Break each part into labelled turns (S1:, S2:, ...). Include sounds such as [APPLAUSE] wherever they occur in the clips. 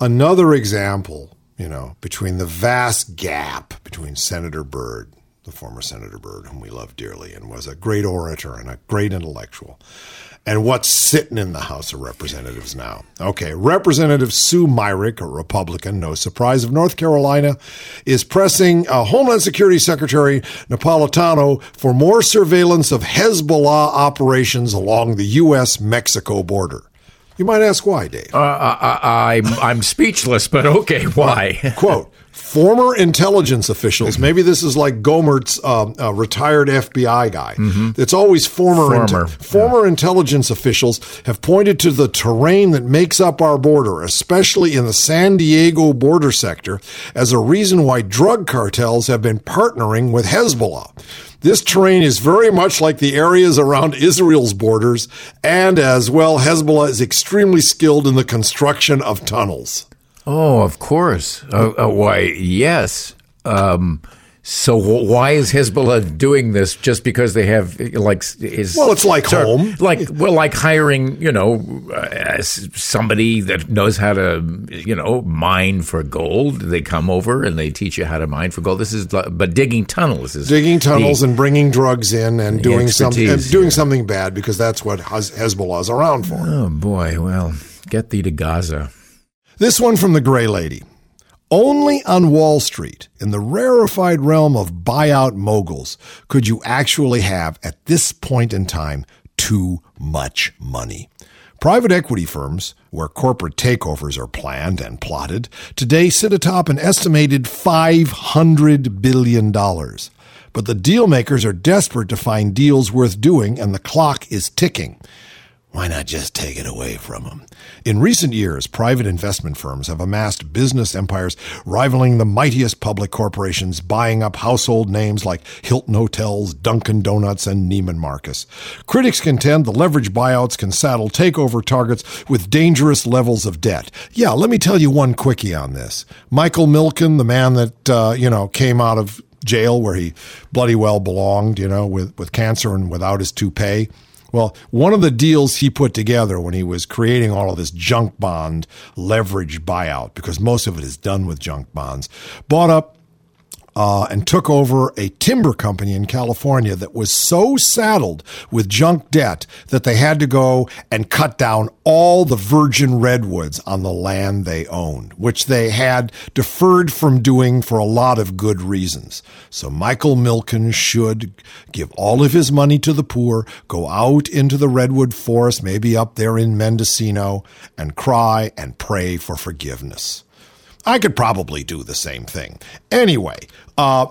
S1: Another example, you know, between the vast gap between Senator Byrd, the former Senator Byrd, whom we love dearly and was a great orator and a great intellectual, and what's sitting in the House of Representatives now. Okay, Representative Sue Myrick, a Republican, no surprise, of North Carolina, is pressing uh, Homeland Security Secretary Napolitano for more surveillance of Hezbollah operations along the U.S. Mexico border. You might ask why, Dave.
S2: Uh, I, I, I'm, I'm speechless, but okay, why?
S1: Quote, former intelligence officials. Maybe this is like Gomert's um, uh, retired FBI guy. It's always former.
S2: Mm-hmm. Former,
S1: inte-
S2: yeah.
S1: former intelligence officials have pointed to the terrain that makes up our border, especially in the San Diego border sector, as a reason why drug cartels have been partnering with Hezbollah. This terrain is very much like the areas around Israel's borders, and as well, Hezbollah is extremely skilled in the construction of tunnels.
S2: Oh, of course. Uh, uh, why, yes. Um, so wh- why is Hezbollah doing this just because they have uh, like s- is
S1: Well, it's like
S2: sort of-
S1: home.
S2: like well like hiring you know uh, s- somebody that knows how to you know mine for gold they come over and they teach you how to mine for gold this is li- but digging tunnels is
S1: digging tunnels
S2: the-
S1: and bringing drugs in and doing something and
S2: expertise,
S1: doing
S2: yeah.
S1: something bad because that's what Hez- Hezbollah's around for.
S2: oh boy well get thee to Gaza
S1: This one from the Gray Lady. Only on Wall Street, in the rarefied realm of buyout moguls, could you actually have, at this point in time, too much money. Private equity firms, where corporate takeovers are planned and plotted, today sit atop an estimated $500 billion. But the deal makers are desperate to find deals worth doing, and the clock is ticking. Why not just take it away from them? In recent years, private investment firms have amassed business empires rivaling the mightiest public corporations, buying up household names like Hilton Hotels, Dunkin' Donuts, and Neiman Marcus. Critics contend the leverage buyouts can saddle takeover targets with dangerous levels of debt. Yeah, let me tell you one quickie on this. Michael Milken, the man that, uh, you know, came out of jail where he bloody well belonged, you know, with, with cancer and without his toupee. Well, one of the deals he put together when he was creating all of this junk bond leverage buyout, because most of it is done with junk bonds, bought up uh, and took over a timber company in California that was so saddled with junk debt that they had to go and cut down all the virgin redwoods on the land they owned, which they had deferred from doing for a lot of good reasons. So Michael Milken should give all of his money to the poor, go out into the redwood forest, maybe up there in Mendocino, and cry and pray for forgiveness. I could probably do the same thing. Anyway, uh,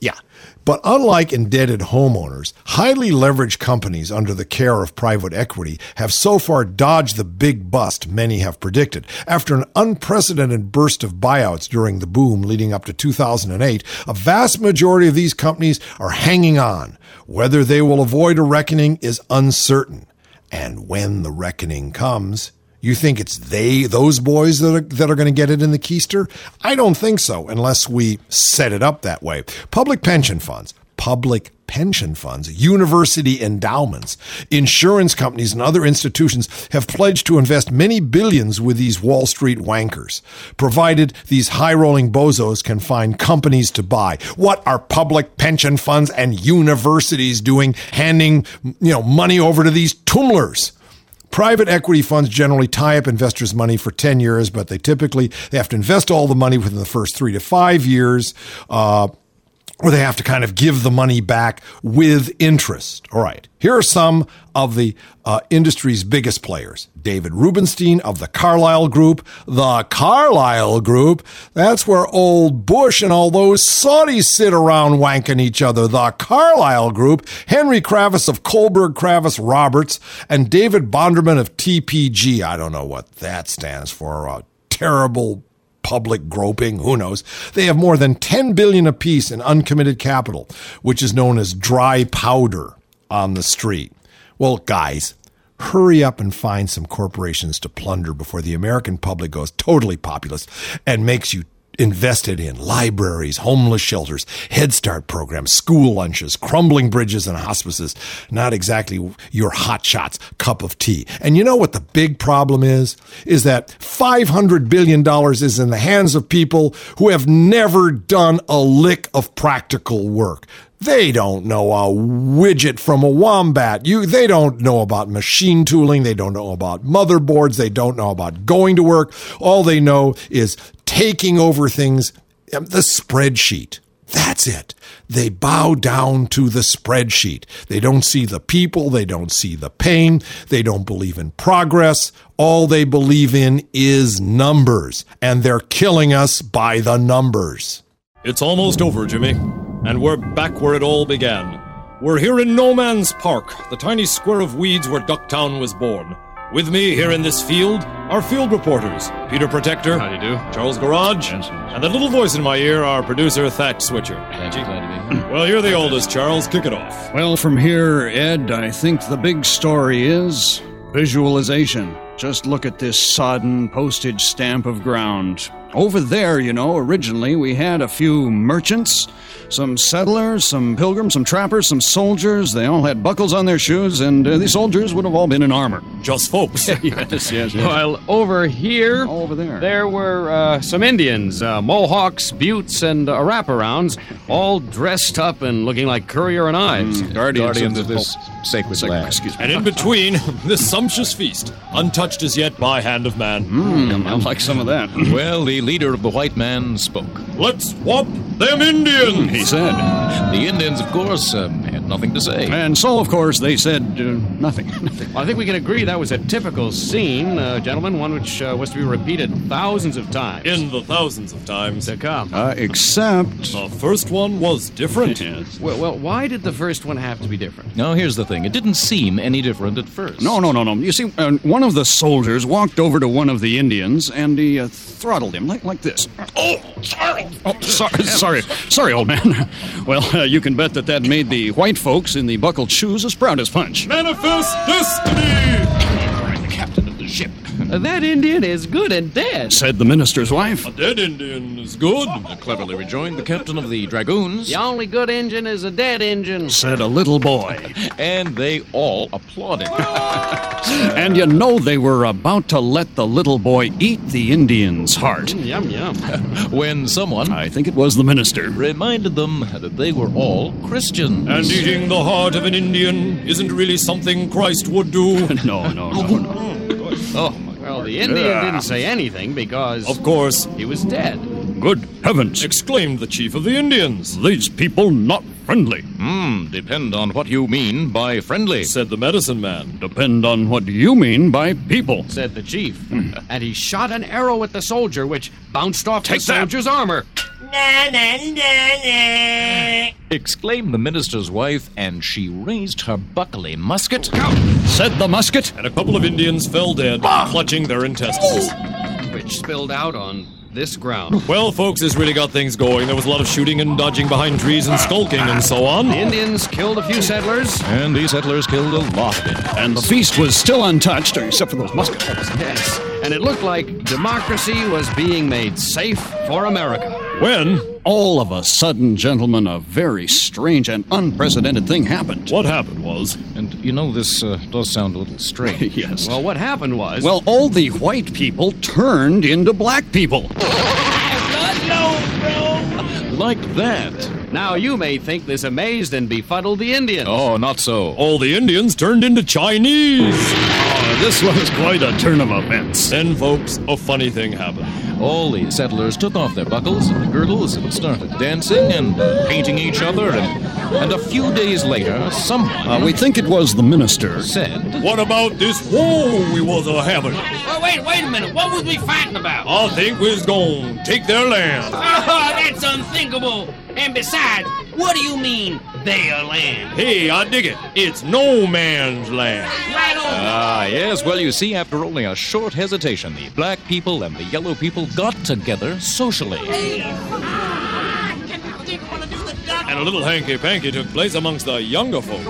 S1: yeah. But unlike indebted homeowners, highly leveraged companies under the care of private equity have so far dodged the big bust many have predicted. After an unprecedented burst of buyouts during the boom leading up to 2008, a vast majority of these companies are hanging on. Whether they will avoid a reckoning is uncertain. And when the reckoning comes, you think it's they, those boys that are, that are going to get it in the keister? I don't think so, unless we set it up that way. Public pension funds, public pension funds, university endowments, insurance companies, and other institutions have pledged to invest many billions with these Wall Street wankers, provided these high rolling bozos can find companies to buy. What are public pension funds and universities doing, handing you know money over to these tumblers? Private equity funds generally tie up investors' money for 10 years, but they typically they have to invest all the money within the first three to five years, uh, or they have to kind of give the money back with interest. All right, here are some of the uh, industry's biggest players: David Rubenstein of the Carlyle Group, the Carlyle Group. That's where old Bush and all those Saudis sit around wanking each other. The Carlyle Group, Henry Kravis of Kohlberg Kravis Roberts, and David Bonderman of TPG. I don't know what that stands for. A terrible public groping, who knows. They have more than 10 billion apiece in uncommitted capital, which is known as dry powder on the street. Well, guys, hurry up and find some corporations to plunder before the American public goes totally populist and makes you invested in libraries, homeless shelters, Head Start programs, school lunches, crumbling bridges and hospices. Not exactly your hot shots cup of tea. And you know what the big problem is? Is that $500 billion is in the hands of people who have never done a lick of practical work. They don't know a widget from a wombat. You, they don't know about machine tooling. They don't know about motherboards. They don't know about going to work. All they know is taking over things. um, The spreadsheet. That's it. They bow down to the spreadsheet. They don't see the people. They don't see the pain. They don't believe in progress. All they believe in is numbers. And they're killing us by the numbers.
S3: It's almost over, Jimmy, and we're back where it all began. We're here in No Man's Park, the tiny square of weeds where Ducktown was born. With me here in this field are field reporters Peter Protector,
S4: How do you do?
S3: Charles Garage,
S4: Jensen.
S3: and the little voice in my ear, our producer Thatch Switcher. [CLEARS THROAT] Well, you're the oldest, Charles. Kick it off.
S4: Well, from here, Ed,
S5: uh,
S4: I think the big story is visualization. Just look at this sodden postage stamp of ground. Over there, you know, originally we had a few merchants, some settlers, some pilgrims, some trappers, some soldiers. They all had buckles on their shoes, and uh, these soldiers would have all been in armor.
S3: Just folks.
S4: [LAUGHS] Yes, yes,
S5: While over here,
S4: Over there.
S5: there were uh, some Indians, uh, Mohawks, Buttes, and uh, wraparounds, all dressed up and looking like Courier and Ives.
S6: Mm.
S4: Guardians,
S6: guardians of
S4: the-
S6: this sacred
S4: Second,
S6: land.
S4: excuse me.
S3: and in between, [LAUGHS] this sumptuous feast, untouched as yet by hand of man.
S4: Hmm, I like some of that. [LAUGHS]
S6: Well, the leader of the white man spoke.
S3: Let's whop them Indians!
S4: He said.
S6: The Indians, of course, um, had nothing to say.
S4: And so, of course, they said uh, nothing. [LAUGHS]
S5: Well, I think we can agree that was a typical scene, uh, gentlemen, one which uh, was to be repeated thousands of times.
S3: In the thousands of times.
S5: to come.
S4: uh, except.
S3: The first one was different.
S5: Well, well, why did the first one have to be different?
S6: Now, here's the thing. It didn't seem any different at first.
S4: Oh, No, no, no, no. You see, uh, one of the soldiers walked over to one of the Indians and he uh, throttled him like, like this. Oh, sorry. Oh, sorry, sorry, sorry, old man. [LAUGHS] Well, uh, you can bet that that made the white folks in the buckled shoes as proud as punch.
S3: Manifest destiny!
S6: I'm the captain of the ship.
S5: Uh, that Indian is good and dead.
S4: Said the minister's wife.
S3: Dead Indian is good.
S6: Cleverly rejoined the captain of the dragoons,
S5: The only good engine is a dead engine.
S4: Said a little boy.
S6: and they all applauded.
S4: and you know they were about to let the little boy eat the Indian's heart.
S5: Yum, yum.
S6: when someone
S4: I think it was the [LAUGHS] minister.
S6: reminded them that they were all Christians.
S3: And eating the heart of an Indian isn't really something Christ would do.
S4: No, no, no, no.
S6: oh, my.
S5: Well, the Indian didn't say anything because
S3: Of course,
S5: he was dead.
S4: Good heavens,
S3: exclaimed the chief of the Indians,
S4: these people not friendly.
S6: Hmm, depend on what you mean by friendly.
S3: said the medicine man.
S4: Depend on what you mean by people.
S5: said the chief. and he shot an arrow at the soldier, which bounced off the soldier's armor.
S7: na na na na.
S6: Exclaimed the minister's wife, and she raised her buckley musket.
S4: Said the musket.
S3: And a couple of Indians fell dead, clutching their intestines.
S5: Which spilled out on this ground.
S3: Well, folks, this really got things going. There was a lot of shooting and dodging behind trees and skulking and so
S5: The
S3: on.
S5: Indians killed a few settlers.
S6: And these settlers killed a lot of it.
S4: And the feast was still untouched, except for those musket balls.
S5: Yes. And it looked like democracy was being made safe for America.
S3: When?
S4: All of a sudden, gentlemen, a very strange and unprecedented thing happened.
S3: What happened was,
S6: And you know, this uh, does sound a little strange.
S4: [LAUGHS] Yes. Well,
S5: Well, what happened was.
S4: well, all the white people turned into black people.
S6: like that.
S5: now you may think this amazed and befuddled the Indians.
S6: Oh, not so.
S3: all the Indians turned into Chinese.
S4: Oh, this was quite a turn of events.
S3: Then, folks, a funny thing happened.
S6: All the settlers took off their buckles and girdles and started dancing and painting each other. And, and a few days later, someone
S4: Uh, we think it was the minister.
S6: said,
S3: What about this war we was a having?
S8: Well, Oh, wait, wait a minute. What was we fighting about?
S3: I think we's gonna take their land.
S8: Oh, that's unthinkable. And besides, what do you mean, their land?
S3: Hey, I dig it. It's no man's land.
S8: Right on.
S5: Uh,
S6: Ah, yes, well, you see, after only a short hesitation, the black people and the yellow people got together socially.
S3: And a little hanky panky took place amongst the younger folk.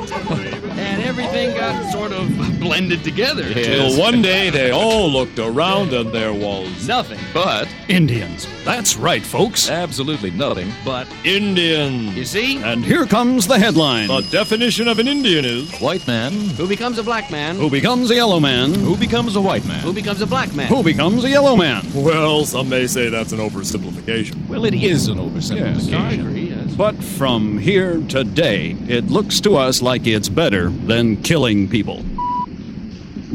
S5: and everything got sort of blended together.
S3: Till one day they all looked around and there was
S5: Nothing but
S4: Indians.
S3: That's right, folks.
S6: Absolutely nothing.
S5: but
S3: Indian.
S4: [LAUGHS]
S5: you see
S4: And here comes the headline
S3: The definition of an Indian is
S6: White man
S5: who becomes a black man
S4: Who becomes a yellow man?
S6: who becomes a white man.
S5: who becomes a black man.
S4: Who becomes a yellow man?
S3: well, some may say that's an oversimplification.
S6: Well, it is an oversimplification.
S5: I agree. yes.
S4: But from here to day, it looks to us like it's better than killing people.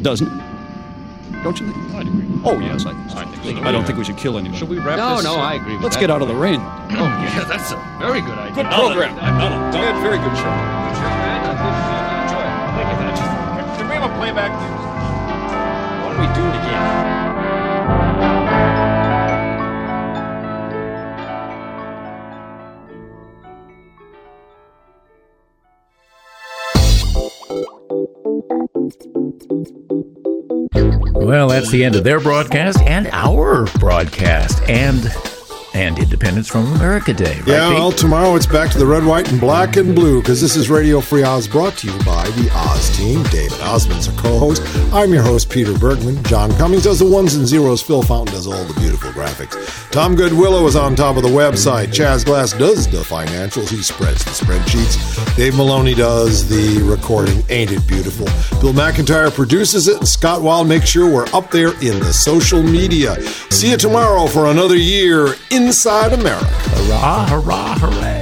S4: Doesn't it? Don't you think? I agree. Oh, yes, I, I think so. I don't think we should kill anyone.
S6: Should we wrap
S5: No,
S6: this?
S5: no, I agree. With
S4: Let's
S5: that.
S4: get out of the rain.
S5: Yeah, that's a very good idea.
S3: Program. I'm not a dumb.
S4: Very good show.
S2: Well, that's the end of their broadcast and our broadcast and and Independence from America Day. Right,
S1: Yeah,
S2: Pete?
S1: well, tomorrow it's back to the red, white, and black and blue because this is Radio Free Oz brought to you by the Oz team. David Osmond's a co host. I'm your host, Peter Bergman. John Cummings does the ones and zeros. Phil Fountain does all the beautiful graphics. Tom Goodwillow is on top of the website. Chaz Glass does the financials. He spreads the spreadsheets. Dave Maloney does the recording. Ain't it beautiful? Bill McIntyre produces it. Scott Wild makes sure we're up there in the social media. See you tomorrow for another year inside America.
S2: Ah, hurrah, hurrah, hooray.